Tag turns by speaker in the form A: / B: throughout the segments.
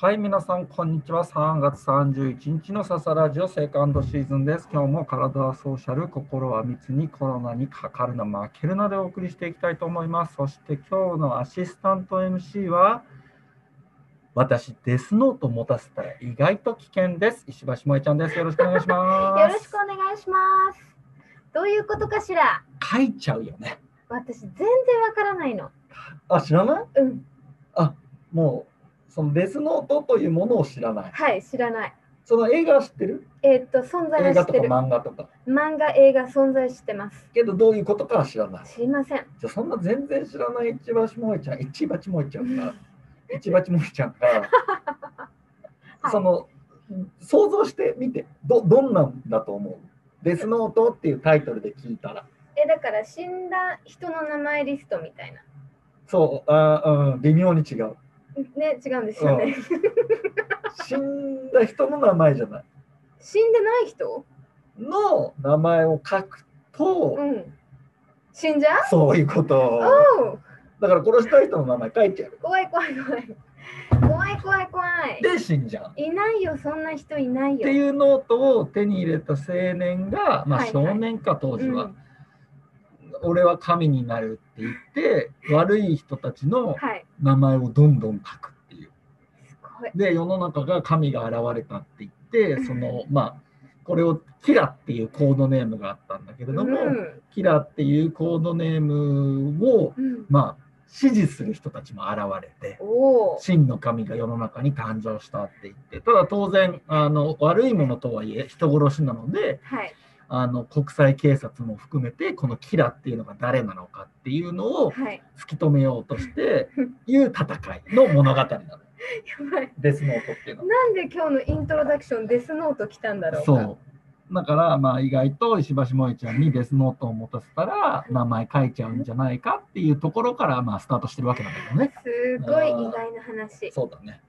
A: はい、皆さん、こんにちは。3月31日のササラジオセカンドシーズンです。今日も体はソーシャル、心は密にコロナにかかるな、負けるなでお送りしていきたいと思います。そして今日のアシスタント MC は、私、デスノート持たせたら意外と危険です。石橋萌ちゃんです。よろしくお願いします。
B: よろしくお願いします。どういうことかしら
A: 書いちゃうよね。
B: 私全然わからないの。
A: あ、知らない
B: うん。
A: もう、そのデスノートというものを知らない。
B: はい、知らない。
A: その映画は知ってる
B: えーっと、存在
A: 映
B: は知
A: 画
B: っ
A: と
B: て
A: か
B: る。
A: 漫画とか。
B: 漫画、映画、存在してます。
A: けど、どういうことかは知らない。
B: 知りません。
A: じゃあそんな全然知らない一橋萌ちゃん、一橋萌ちゃんが、 一橋萌ちゃんが、
B: はい
A: その想像してみて、どどんなんだと思うデスノートっていうタイトルで聞いたら、
B: え、だから死んだ人の名前リストみたいな。
A: そう、あうん、微妙に違う。
B: ね、違うんですよね。
A: 死んだ人の名前じゃない。
B: 死んでない人
A: の名前を書くと、
B: うん。死んじゃう
A: そういうこと。
B: おう
A: だから殺したい人の名前書いてやる。
B: 怖い怖い怖い。怖い怖い怖い。
A: で、死んじゃう。
B: いないよ、そんな人いない
A: っ
B: よ。
A: ていうノートを手に入れた青年が、まあ、
B: はいはい
A: 少年か当時は、
B: うん
A: 俺は神になるって言って悪い人たちの
B: はい。
A: 名前をどんどん書くっていう。
B: すごい。
A: で世の中が神が現れたって言ってそうのまあこれをキラっていうコードネームがあったんだけれども、
B: うん
A: キラっていうコードネームを
B: うん、
A: まあ支持する人たちも現れて。
B: おお。
A: 真の神が世の中に誕生したって言ってただ当然あの悪いものとはいえ人殺しなので、
B: はい。
A: あの国際警察も含めてこのキラっていうのが誰なのかっていうのを
B: はい。
A: 突き止めようとしていう戦いの物語なの。
B: やばい。
A: デスノートっていうのは。
B: なんで今日のイントロダクションデスノート来たんだろうか
A: そう。だからまあ意外と石橋萌ちゃんにデスノートを持たせたら名前書いちゃうんじゃないかっていうところからまあスタートしてるわけなんだけどね。
B: すごい意外な話。
A: そうだね。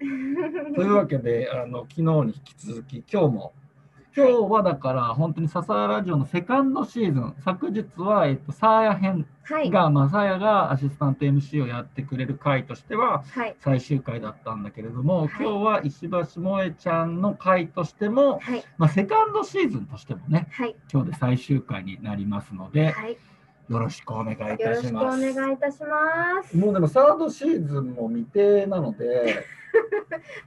A: というわけであの昨日に引き続き今日も今日はだから本当に笹原ラジオのセカンドシーズン昨日はえっとサーヤ編
B: はい。
A: が、まあ、さやがアシスタント MC をやってくれる回としては
B: はい。
A: 最終回だったんだけれど
B: は
A: も、
B: い
A: 今日は石橋萌えちゃんの回としても、
B: はい。
A: まあ、セカンドシーズンとしてもね、
B: はい。
A: 今日で最終回になりますので、
B: はい。
A: よろしくお願いい
B: よ
A: た
B: ろし
A: し
B: くお
A: ます。
B: 願いいたします。
A: もうでもサードシーズンも未定なので、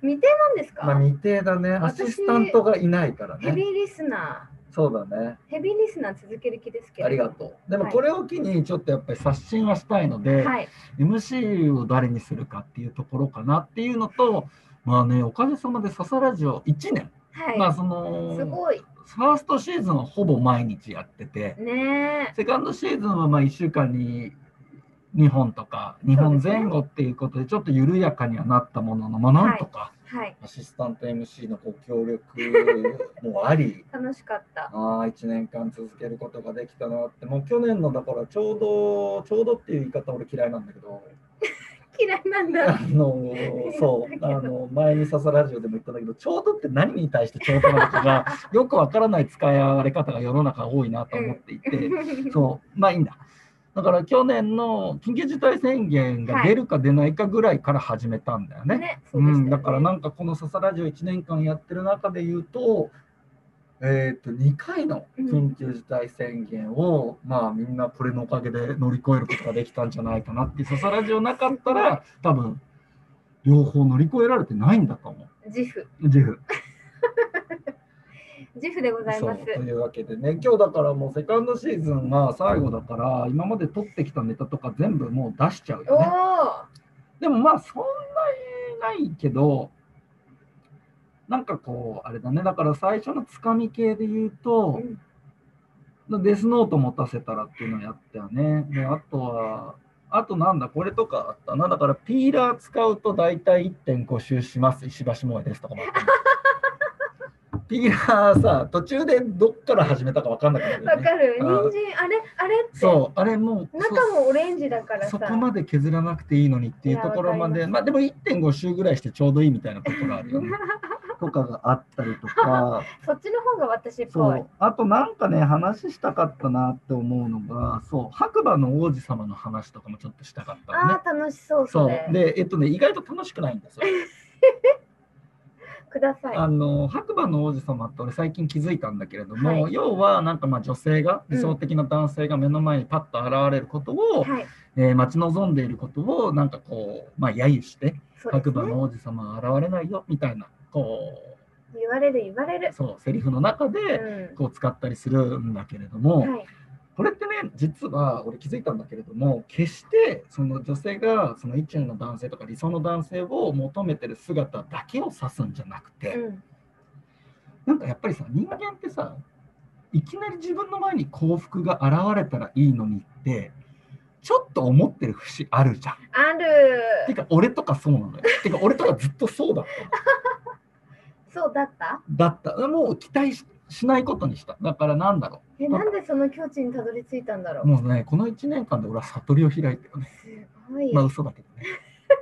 B: 未定なんです
A: まあ
B: か
A: 未定だね。ア
B: 私
A: シスタントがいないから
B: ヘビ
A: ね。
B: ーリスナ
A: そうだね。
B: ー。ヘビーリスナー続ける気ですけど。
A: ありがとう。でもこれを機にちょっとやっぱり刷新はしたいので、
B: はい。
A: MC を誰にするかっていうところかなっていうのと、まあね、おかげさまでササラジオ1年、
B: はい。
A: まあそ
B: す
A: の、
B: ごい。
A: ファーストシーズンはほぼ毎日やってて、
B: ねえ。
A: セカンドシーズンはまあ1週間に2本とか、2本前後っていうことで、ちょっと緩やかにはなったものの、まあなんとか、
B: はい。
A: アシスタント MC のご協力もあり、
B: 楽しかった。
A: あ1年間続けることができたなって、もう去年のだからちょうど、ちょうどっていう言い方俺嫌いなんだけど、
B: 嫌いなんだ
A: あ。のーそう、あのー前にささラジオでも言ったんだけど、ちょうどって何に対してちょうどなのかが、 よくわからない使いわれ方が世の中多いなと思ってい て、そう、まあいいんだ。だから去年の緊急事態宣言が出るか出ないかぐらいから始めたんだよね。
B: ね。そううでしたよ
A: ん、
B: ね
A: だからなんかこのささラジオ1年間やってる中で言うと、えっと2回の緊急事態宣言を、まあみんなこれのおかげで乗り越えることができたんじゃないかなってささラジオなかったら多分両方乗り越えられてないんだと思
B: 自負。
A: う。ジェフ
B: 自負でござい
A: そう
B: ます
A: と。いうわけでね今日だからもうセカンドシーズンが最後だから今まで撮ってきたネタとか全部もう出しちゃう
B: お
A: よ
B: お
A: ね。でもまあそんなにないけど、なんかこう、あれだね、だから最初のつかみ系で言う
B: ー。う
A: と、
B: ん
A: デスノート持たせたらっていうのをやったよね。で、あとは、あとなんだ、これとかあったな。だからピーラー使うと大体1.5周します、石橋萌えですとかもあったの。 ピーラーさ、途中でどっから始めたか分かんなくなる
B: わ
A: よね。
B: かる。
A: あ
B: 人参、あれ、あれって。
A: そう、あれもう。
B: 中もオレンジだからさ。
A: そこまで削らなくていいのにっていうところま
B: い
A: で
B: やわかり
A: まあでも1.5周ぐらいしてちょうどいいみたいなところあるよ ねとかがあったりとか
B: そっちの方が私っ
A: そ
B: ぽい。
A: うあとなんかね話したかったなって思うのがそう白馬の王子様の話とかもちょっとしたかったのね
B: ああ、楽しそう、
A: そ
B: そうれ。
A: でえっとね意外と楽しくないんですよ
B: ください。
A: あの白馬の王子様って俺最近気づいたんだけれども、
B: はい
A: 要はなんかまあ女性が理想的な男性が目の前にパッと現れることを、
B: はい。
A: えー待ち望んでいることをなんかこうまあ揶揄して
B: そう
A: 白
B: です
A: 馬
B: ね。
A: の王子様は現れないよみたいなこ
B: 言われる言われる
A: う。そうセリフの中
B: う
A: で
B: ん。
A: こう使ったりするんだけれども、
B: はい。
A: これってね実は俺気づいたんだけれども決してその女性がその一中の男性とか理想の男性を求めてる姿だけを指すんじゃなくて、
B: うん。
A: なんかやっぱりさ人間ってさいきなり自分の前に幸福が現れたらいいのにってちょっと思ってる節あるじゃん。
B: あ
A: て
B: る。
A: か俺とかそうなのよ。てか俺とかずっとそうだった。
B: そうだった。
A: だった。もう期待ししないことにした。だからなんだろ
B: え、なんでその境地にたどり着いたんだろ
A: う。
B: う。
A: もうねこの1年間で俺は悟りを開いてるね。
B: すごい。
A: まあ嘘だけどね。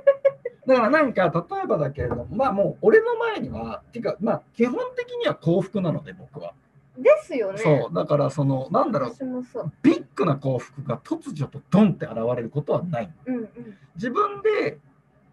A: だからなんか例えばだけれどもまあもう俺の前にはてかまあ基本的には幸福なので僕は、
B: ですよね。
A: そうだからそのなんだろう
B: 私もそう。
A: ビッグな幸福が突如とドンって現れることはない
B: うんうん
A: 自分で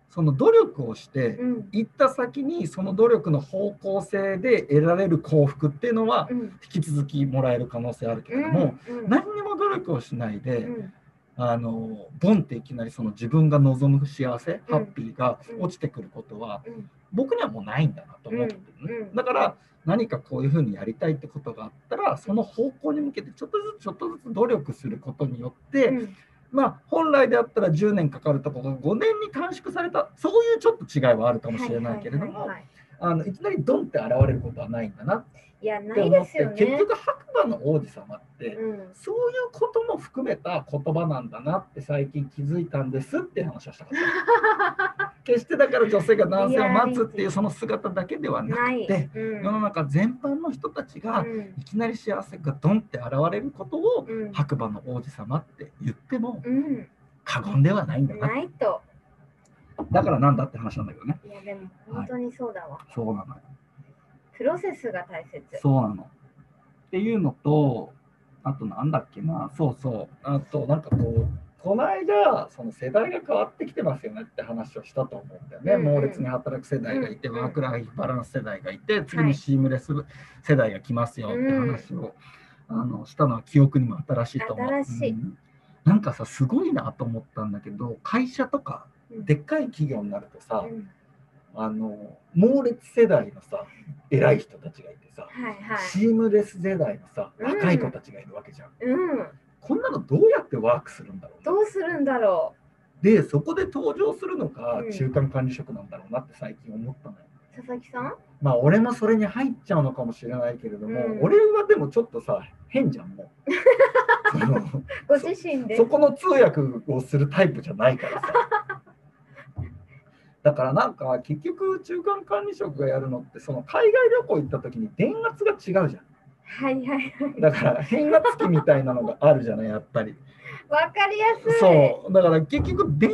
A: その努力をして
B: うん
A: 行った先にその努力の方向性で得られる幸福っていうのは
B: うん
A: 引き続きもらえる可能性あるけ
B: う
A: れど
B: ん。
A: も、
B: うん
A: 何にも努力をしないうで、
B: ん
A: あのボンっていきなりその自分が望む幸せ、
B: うん
A: ハッピーが
B: うん
A: 落ちてくることは
B: うん
A: 僕にはもうないんだなと思ってるね、
B: うんうん
A: だから何かこういうふうにやりたいってことがあったらその方向に向けてちょっとずつちょっとずつ努力することによって、
B: うん
A: まあ本来であったら10年かかるところが5年に短縮されたそういうちょっと違いはあるかもしれないけれど
B: は
A: も
B: ははいは
A: あのいきなりドンって現れることはないんだなっ
B: いいや、な
A: て
B: い
A: 思っ
B: です
A: て、
B: よね。
A: 結局白馬の王子様って、
B: うん、
A: そういうことも含めた言葉なんだなって最近気づいたんですって話をしたかった。決してだから女性が男性を待つっていうその姿だけではなく
B: ない。
A: て
B: うん、
A: 世の中全般の人たちが
B: うん
A: いきなり幸せがドンって現れることを
B: うん
A: 白馬の王子様って言っても
B: うん、
A: 過言ではないんだな。
B: ないと。
A: だからなんだって話なんだけどね。
B: いや、でも本当にそうだわ。
A: そうなのよ。
B: プロセスが大切。
A: そうなの。っていうのと、あとなんだっけな、そうそう、あとなんかこう、この間、その世代が変わってきてますよねって話をしたと思うんだよね。
B: うんうん
A: 猛烈に働く世代がいて、
B: うんうん
A: ワークライフバランス世代がいて、次
B: は
A: に
B: い
A: シームレス世代が来ますよって話を、あのしたのは記憶にも新しいと思う。
B: 新しい
A: うんなんかさすごいなと思ったんだけど会社とか
B: うん
A: でっかい企業になるとさ、
B: うん
A: あの猛烈世代のさ偉い人たちがいてさ、
B: はいはい。
A: シームレス世代のさ
B: うん
A: 若い子たちがいるわけじゃん、
B: うん、
A: こんなのどうやってワークするんだろうな
B: どうするんだろ
A: でそこで登場するのが
B: うん
A: 中間管理職なんだろうなって最近思ったのよ
B: う。佐々木さん。
A: まあ俺もそれに入っちゃうのかもしれないけれども、
B: うん
A: 俺はでもちょっとさ変じゃんも うその
B: ご自身で。
A: そこの通訳をするタイプじゃないから さだからなんか結局中間管理職がやるのってその海外旅行行った時に電圧が違うじゃん
B: はいはいはい。
A: だから変圧器みたいなのがあるじゃないやっぱり
B: わかりやすい。
A: そうだから結局電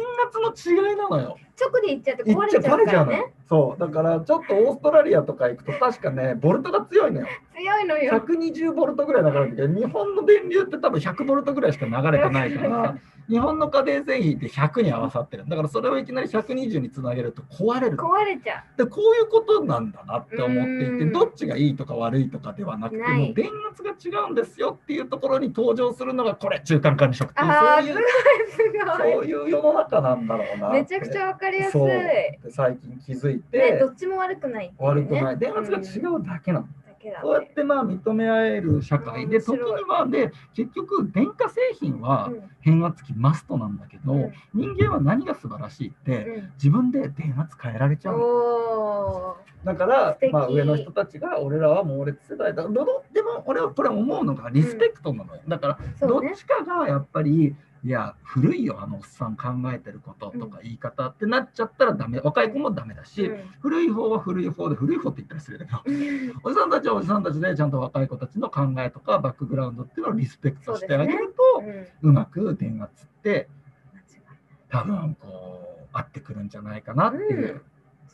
A: 圧の違いなのよ
B: 直で行っちゃって
A: いっ
B: 壊
A: ち
B: れ
A: ゃ
B: ちゃ
A: バ
B: う
A: レ
B: か
A: ちゃ
B: ら
A: うのよ
B: ね。
A: そうだからちょっとオーストラリアとか行くと確かねボルトが強いのよ
B: 強いのよ。
A: 120ボルトぐらい流れてるけど日本の電流って多分100ボルトぐらいしか流れてない から日本の家電製品って100に合わさってるだからそれをいきなり120につなげると壊れる
B: 壊れちゃ
A: でこういうことなんだなって思っていて
B: うん
A: どっちがいいとか悪いとかではなくて
B: ない
A: もう電圧が違うんですよっていうところに登場するのがこれ中間管理職っていう
B: あ
A: そ
B: ー
A: ういう
B: う。すご
A: そういう世の中なんだろうなっ
B: い。
A: て
B: めちゃくちゃわかりやすい。
A: そう
B: ね、
A: 最近気づいて、
B: どっちも悪くないってうね。
A: 悪くない電圧が
B: うん。
A: 違うだけなの、
B: だけだ
A: そうやっ
B: ね。
A: てまあ認め合える社会で
B: うん面
A: 時
B: 白
A: に
B: い
A: はで結局電化製品は
B: うん
A: 変圧器マストなんだけど、
B: うん
A: 人間は何が素晴らしいって自分で電圧変えられち
B: う
A: ゃ
B: ん。
A: うの
B: お
A: だから
B: 素、敵
A: まあ、上の人たちが俺らは猛烈世代だどどでも俺はこれ思うのがリスペクトなのよ、だから
B: ー。そ
A: ど
B: う
A: っ
B: ね。
A: ちかがやっぱりいや古いよあのおっさん考えてることとか言い方ってなっちゃったらダメ若い子もダメだし、古い方は古い方で古い方って言ったりするけど
B: うん
A: おじさんたちはおじさんたちでちゃんと若い子たちの考えとかバックグラウンドっていうのをリスペクトしてあげるとう,、
B: うん
A: まく電圧って多分こう合ってくるんじゃないかなっていう、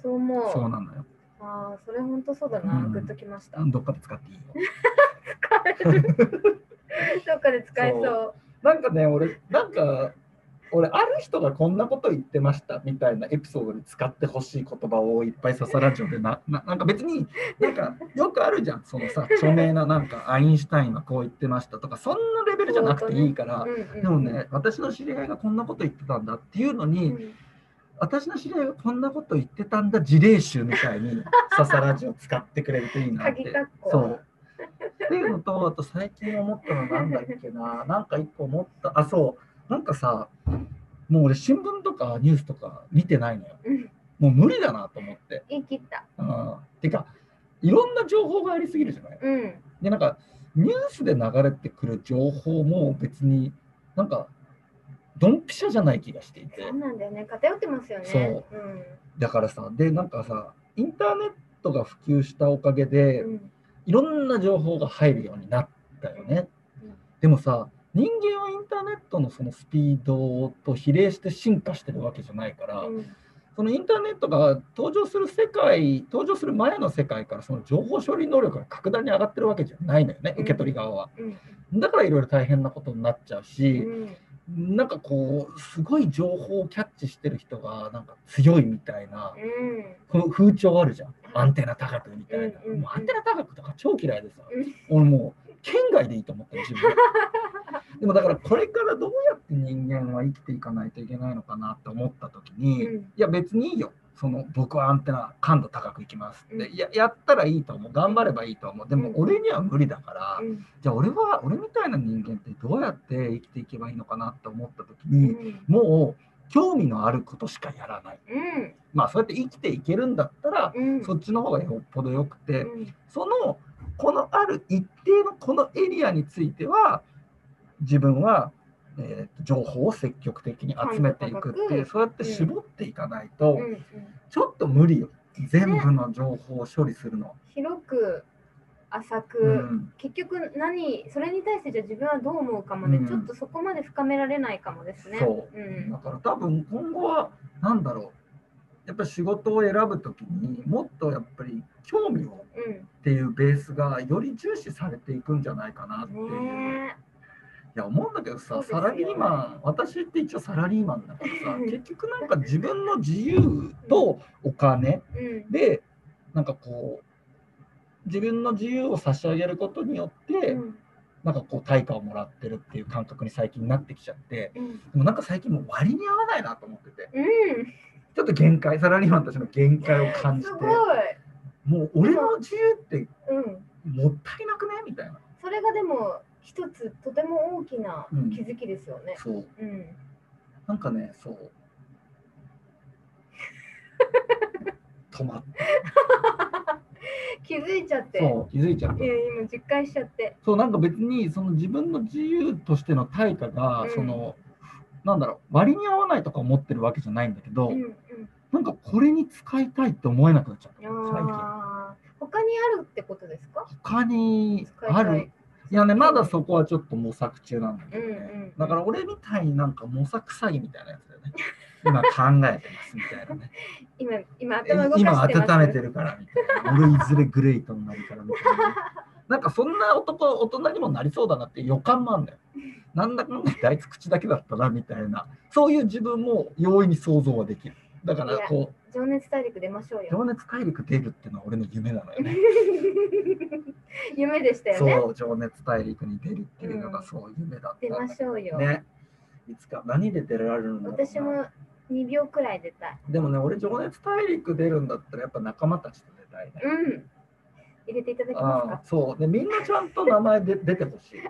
B: そう思う。
A: そうなのよ
B: ああ、それ本当そうだな。
A: うん
B: グッときました。
A: どっかで使っていいよ
B: 使えるどっかで使えそう。
A: なんかね俺なんか俺ある人がこんなこと言ってましたみたいなエピソードに使ってほしい言葉をいっぱい笹ラジオでなななんか別になんかよくあるじゃんそのさ著名ななんかアインシュタインがこう言ってましたとかそんなレベルじゃなくていいからでもね私の知り合いがこんなこと言ってたんだっていうの
B: う
A: に、
B: ん、
A: 私の知り合いがこんなこと言ってたんだ事例集みたいに笹ラジオ使ってくれるといいなって
B: 鍵括弧
A: そうっていうのとあと最近思ったのなんだっけななんか一個思ったあそうなんかさもう俺新聞とかニュースとか見てないのよ
B: うん
A: もう無理だなと思って、
B: 言い切った。
A: うん、てかいろんな情報がありすぎるじゃない
B: うん。
A: でなんかニュースで流れてくる情報も別になんかドンピシャじゃない気がしていて
B: そうなんだよね。偏ってますよね。。
A: そう
B: うん。
A: だからさでなんかさインターネットが普及したおかげで
B: うん
A: いろんな情報が入るようになったよね
B: うん
A: でもさ人間はインターネットのそのスピードと比例して進化してるわけじゃないから
B: うん
A: そのインターネットが登場する世界登場する前の世界からその情報処理能力が格段に上がってるわけじゃないのよね
B: うん
A: 受け取り側は
B: うん
A: だからいろいろ大変なことになっちゃう
B: う
A: し
B: ん
A: なんかこうすごい情報をキャッチしてる人がなんか強いみたいな
B: うん
A: ふ風潮あるじゃん。アンテナ高くみたいな。
B: うんうんうん
A: もうアンテナ高くとか超嫌いでさ、
B: うん
A: 俺もう県外でいいと思ってる自 分。でもだからこれからどうやって人間は生きていかないといけないのかなって思った時に、いや別にいいよ。その僕はアンテナ感度高くいきますって、
B: うん
A: いややったらいいと思う頑張ればいいと思うでも
B: うん
A: 俺には無理だから、
B: うん
A: じゃあ俺は俺みたいな人間ってどうやって生きていけばいいのかなって思った時
B: う
A: に、
B: ん
A: もう興味のあることしかやらない
B: うん
A: まあそうやって生きていけるんだったら、
B: うん
A: そっちの方がよっぽどよくて、
B: うん
A: そのこのある一定のこのエリアについては自分は、えー情報を積極的に集めていくっていう
B: 感度高く
A: そうやって絞っていかないと、
B: うんうん
A: ちょっと無理よ全部の情報を処理するのは。
B: 広く浅く、
A: うん
B: 結局何それに対してじゃあ自分はどう思うかまで、
A: うん
B: ちょっとそこまで深められないかもですね。。
A: そう
B: ん
A: だ、から多分今後は何だろうやっぱり仕事を選ぶ時にもっとやっぱり興味をっていうベースがより重視されていくんじゃないかなっていうう。
B: ん、ね
A: いや思うんだけど
B: そ
A: さ
B: うですよ
A: サラリーマン私って一応サラリーマンだからさ結局なんか自分の自由とお金
B: え。うん
A: でなんかこう自分の自由を差し上げることによって、
B: うん
A: なんかこう対価をもらってるっていう感覚に最近なってきちゃって
B: うん
A: でもなんか最近もう割に合わないなと思ってて
B: うん、
A: ちょっと限界サラリーマンたちの限界を感じて
B: すごい、
A: もう俺の自由って
B: うん、
A: もったいなくねみたいな
B: それがでも一つとても大きな気づきですよね。
A: そう
B: うん、
A: なんかね、そう。 止まっ。
B: 気づいちゃってて、
A: そう、気づいちゃっ
B: い
A: た。
B: や今実感しちゃって、
A: そう、なんか別に、その自分の自由としての対価が、
B: うん
A: その、なんだろう、割に合わないとか思ってるわけじゃないんだけど、
B: うんうん、
A: なんかこれに使いたいって思えなくなっちゃった。最近。
B: ああ、他にあるってことですか？
A: 他に
B: 使いたい
A: ある。いやね、まだそこはちょっと模索中なんだけどね。
B: うんうん
A: だから俺みたいになんか模索詐欺みたいなやつだよね。今考えてますみたいなね。
B: 今今
A: え
B: 頭動かして
A: 今
B: ます。
A: 温めてるからみたいな。俺いずれグレイトになるからみたいな。なんかそんな男、大人にもなりそうだなっていう予感もあるんだよ。なんだかんだ言ってあいつ口だけだったなみたいな。そういう自分も容易に想像はできる。だからこう、
B: 情熱大陸出ましょうよ。
A: 情熱大陸出るっていうのは俺の夢なのよね。
B: 夢でしたよね。
A: そう、情熱大陸に出るっていうのがそう夢だった
B: 出
A: んだ
B: ましょうよ。
A: ね。いつか何で出られるんだろうな
B: 私も2秒くらい出たい。
A: でもね、俺情熱大陸出るんだったらやっぱ仲間たちと出たいね。
B: うん。入れていただけます
A: あ
B: か。
A: そうでみんなちゃんと名前で出てほしい。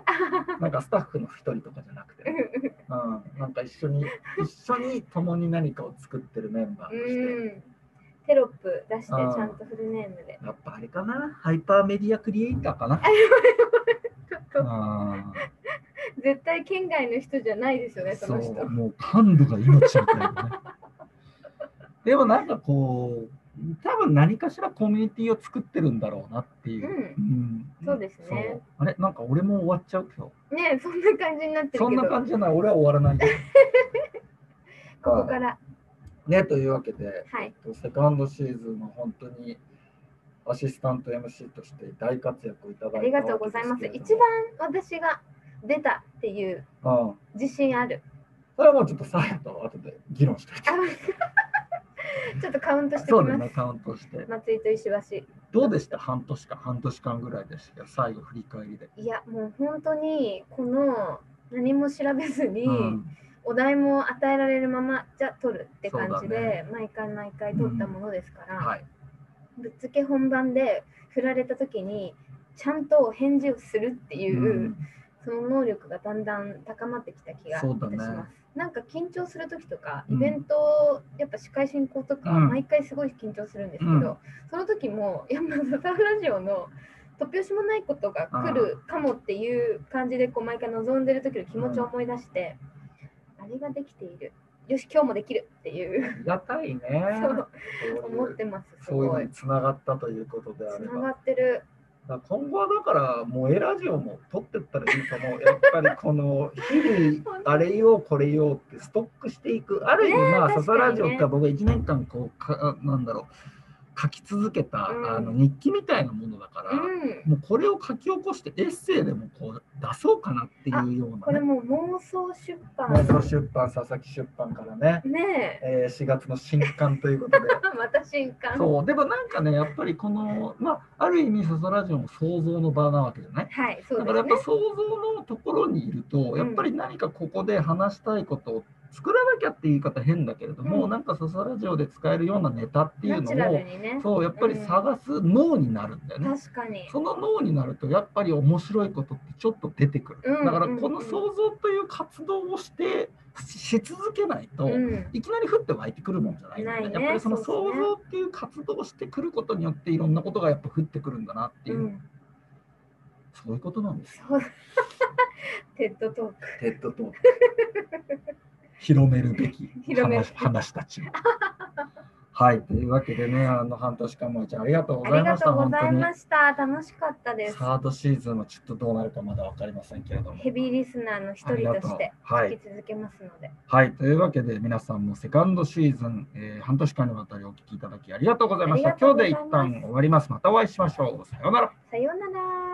A: なんかスタッフの一人とかじゃなくて、 うん、なんか一緒に一緒に共に何かを作ってるメンバーと
B: う
A: して。
B: ん。テロップ出してちゃ
A: あー
B: んとフルネームで。
A: やっぱあれかなハイパーメディアクリエイターか な
B: ちょっと
A: あ
B: 絶対県外の人じゃないですよね、
A: ー
B: そ
A: そ
B: の人
A: う。もう感度が命みたいなね でもなんかこう多分何かしらコミュニティを作ってるんだろうなっていうう、
B: ん。
A: うん
B: そうですね
A: そうあれなんか俺も終わっちゃう今日
B: ねえそんな感じになってる
A: そ
B: け
A: んな
B: ど、こ
A: 感じじゃない俺は終わらない よ
B: こから。
A: ね、というわけで、
B: はい。
A: えっとセカンドシーズンの本当にアシスタント MC として大活躍をいただ
B: あ
A: いた
B: りがとうございます。一番私が出たっていう
A: 番、うん
B: 自信ある。
A: それはもうちょっとサイトの後で議論しておいて。
B: ちょっとカウントしてき
A: そ
B: ま
A: うです
B: す。
A: ね、カウントして。
B: 松井と石橋。
A: どうでした半年間、半年間ぐらいでしたけど、最後振り返りで。
B: いや、もう本当に、この何も調べずに、
A: うん
B: お題も与えられるまま、じゃあ取るって感
A: そ
B: じ
A: うだ
B: で、
A: ね
B: 毎回毎回取ったものですから、
A: はい。
B: ぶっつけ本番で振られた時に、ちゃんとお返事をするっていう、
A: うん
B: その能力がだんだん高まってきた気がいたし
A: そう
B: ま
A: だ
B: す。
A: ね
B: なんか緊張する時とか、
A: うん
B: イベント、やっぱ司会進行とか、
A: うん
B: 毎回すごい緊張するんですけど、
A: うん
B: その時も、いや、まあサタフラジオの突拍子もないことが来るかもっていう感じで、こう毎回望んでる時の気持ちを思い出して、あれができている。よし、今日もできるっていう、
A: ありがたいね。
B: そう
A: そう
B: 思
A: い
B: っ
A: う
B: てます。す
A: そういう
B: ご
A: の
B: い
A: に。つながったということであ
B: つ
A: れ
B: な
A: ば
B: が。ってる。
A: だから今後はだから、萌えラジオも撮ってったらいいと思う。やっぱりこの日 々、あれようこれようってストックしていく。ある意味、まあ、
B: ね
A: サ
B: え確
A: サ
B: かにね
A: ラジオって僕は1年間こうか、なんだろう、書き続けた、
B: うん
A: あの日記みたいなものだから、
B: うん。
A: もうこれを書き起こしてエッセイでもこう出そうかなっていうよう
B: こ
A: なね。
B: れもう妄想出版。
A: 妄想出版、佐々木出版からね、
B: ねえ。
A: えー4月の新刊ということ で。
B: また新刊。
A: そう、でもなんかね、やっぱりこの、まあ、ある意味、ササラジオも想像の場なわけじゃない
B: はい、そう
A: だ
B: で
A: からやっ
B: すね
A: ぱ。想像のところにいると、やっぱり何かここで話したいことを作らなきゃっていう言い方変だけれども、
B: うん
A: なんかササラジオで使えるようなネタっていう
B: ナチュラ
A: の
B: ル
A: を、
B: にね。
A: そう、やっぱり探す脳になるんだよね。
B: 確かに。
A: その脳になるとやっぱり面白いことってちょっと出てくる。
B: うん
A: だから
B: うん
A: この想像という活動をしてしし続けないと、
B: うん。
A: いきなり降って湧いてくるもんじゃないんだよね
B: ないね
A: やっぱりその
B: そ
A: 想
B: うですね
A: 像っていう活動をしてくることによっていろんなことがやっぱ降ってくるんだなっていうう、
B: ん。
A: そういうことなんですよ。
B: そう。テッドトーク。
A: テッドと広めるべき
B: 広める
A: 話話たちを。はい、というわけでね、あの半年間もちゃんありがとうご
B: あ
A: ざい
B: り
A: ま
B: が
A: し
B: と
A: た。
B: うござい
A: 本当
B: ました。楽しかった
A: に
B: です。
A: サードシーズンもちょっとどうなるかまだわかりませんけれども。
B: ヘビーリスナーの一
A: あり
B: 人
A: が
B: と
A: とう
B: して
A: は
B: 引
A: い
B: き、続けますので、
A: はい、というわけで皆さんもセカンドシーズン、えー半年間にわたりお聞きいただきありがとうございました
B: ありが
A: 今
B: とう
A: 日
B: ござ
A: で一旦
B: います
A: 終わりますまたお会いしましょうさようなら
B: さようなら。